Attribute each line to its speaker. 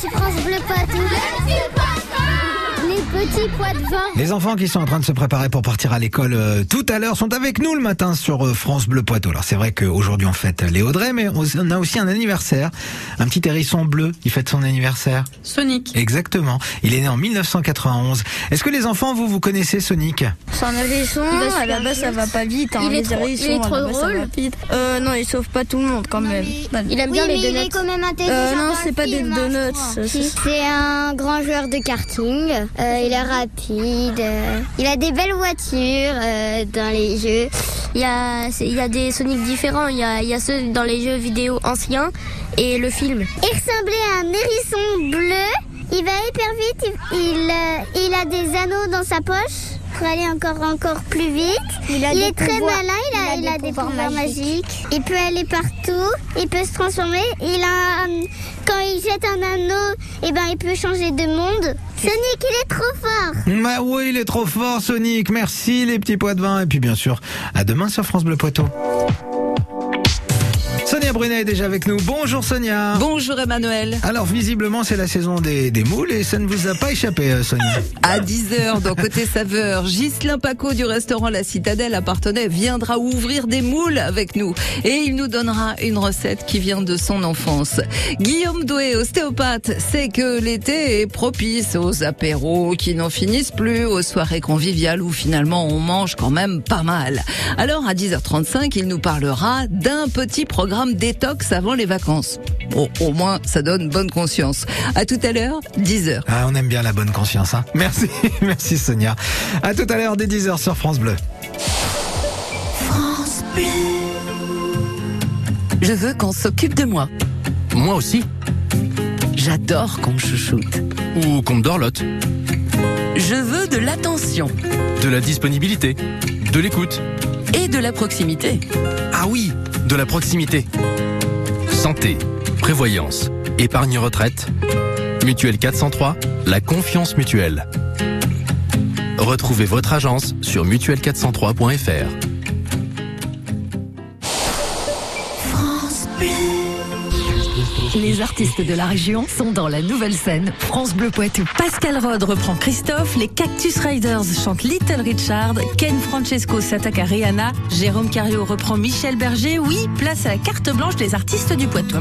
Speaker 1: sur France Bleu Poitou. Les petits pois de vin.
Speaker 2: Les enfants qui sont en train de se préparer pour partir à l'école euh, tout à l'heure sont avec nous le matin sur euh, France Bleu Poitou. Alors c'est vrai qu'aujourd'hui on fête les Audrey, mais on on a aussi un anniversaire. Un petit hérisson bleu, il fête son anniversaire.
Speaker 3: Sonic.
Speaker 2: Exactement. Il est né en 1991. Est-ce que les enfants, vous, vous connaissez Sonic
Speaker 4: C'est un hérisson,
Speaker 1: va
Speaker 4: à
Speaker 1: super
Speaker 4: la base ça
Speaker 1: vite.
Speaker 4: va pas vite. Hein.
Speaker 1: Il est
Speaker 4: les
Speaker 1: trop-
Speaker 4: hérissons,
Speaker 1: il est
Speaker 4: à la
Speaker 1: trop
Speaker 4: base, ça va
Speaker 1: drôle.
Speaker 4: vite. Euh, non, il sauve pas tout le monde quand même.
Speaker 1: Il aime bien
Speaker 5: Oui,
Speaker 1: les
Speaker 5: mais il
Speaker 1: donuts.
Speaker 5: est quand même intelligent.
Speaker 4: Euh, non,
Speaker 5: dans
Speaker 4: c'est
Speaker 5: le
Speaker 4: pas des
Speaker 5: film, hein,
Speaker 4: donuts.
Speaker 5: je
Speaker 4: ça,
Speaker 5: crois.
Speaker 4: c'est-
Speaker 1: C'est un grand joueur de karting. Euh, il est rapide. euh, il a des belles voitures euh, dans les jeux.
Speaker 5: Il y a, c'est- il y a des Sonic différents. Il y a, il y a ceux dans les jeux vidéo anciens et le film.
Speaker 1: Il ressemblait à un hérisson bleu. Il va hyper vite. Il, il, euh, il a des anneaux dans sa poche pour aller encore encore plus vite. Il,
Speaker 5: des
Speaker 1: est très
Speaker 5: pouvoirs-
Speaker 1: malin. Il a, il a des pouvoirs magiques. Il peut aller partout. Il peut se transformer. Il a euh, quand il jette un anneau, et ben il peut changer de monde. Sonic, il est trop fort.
Speaker 2: Bah oui, il est trop fort, Sonic. Merci, les petits pois de vin. Et puis, bien sûr, à demain sur France Bleu Poitou. Sonia Brunet est déjà avec nous. Bonjour, Sonia.
Speaker 3: Bonjour Emmanuel.
Speaker 2: Alors, visiblement, c'est la saison des, des moules et ça ne vous a pas échappé, euh, Sonia.
Speaker 3: À 10h, dans Côté Saveur, Ghislain Paco du restaurant La Citadelle appartenait viendra ouvrir des moules avec nous et il nous donnera une recette qui vient de son enfance. Guillaume Doué, ostéopathe, sait que l'été est propice aux apéros qui n'en finissent plus, aux soirées conviviales où finalement on mange quand même pas mal. Alors à 10h35, il nous parlera d'un petit programme détox avant les vacances. Bon, au moins, ça donne bonne conscience. À tout à l'heure, 10h.
Speaker 2: Ah, on aime bien la bonne conscience, hein. Merci, merci, Sonia. À tout à l'heure, dès 10h sur France Bleu.
Speaker 3: Je veux qu'on s'occupe de moi.
Speaker 6: Moi aussi.
Speaker 3: J'adore qu'on me chouchoute.
Speaker 6: Ou qu'on me dorlote.
Speaker 3: Je veux de l'attention
Speaker 6: De la disponibilité. De l'écoute.
Speaker 3: et de la proximité.
Speaker 6: Ah oui, de la proximité. Santé, prévoyance, épargne retraite. Mutuelle 403, la confiance mutuelle. Retrouvez votre agence sur mutuelle403.fr.
Speaker 7: Les artistes de la région sont dans la nouvelle scène France Bleu Poitou.
Speaker 8: Pascal Rod reprend Christophe, les Cactus Riders chantent Little Richard, Ken Francesco s'attaque à Rihanna, Jérôme Cario reprend Michel Berger, oui, place à la carte blanche des artistes du Poitou.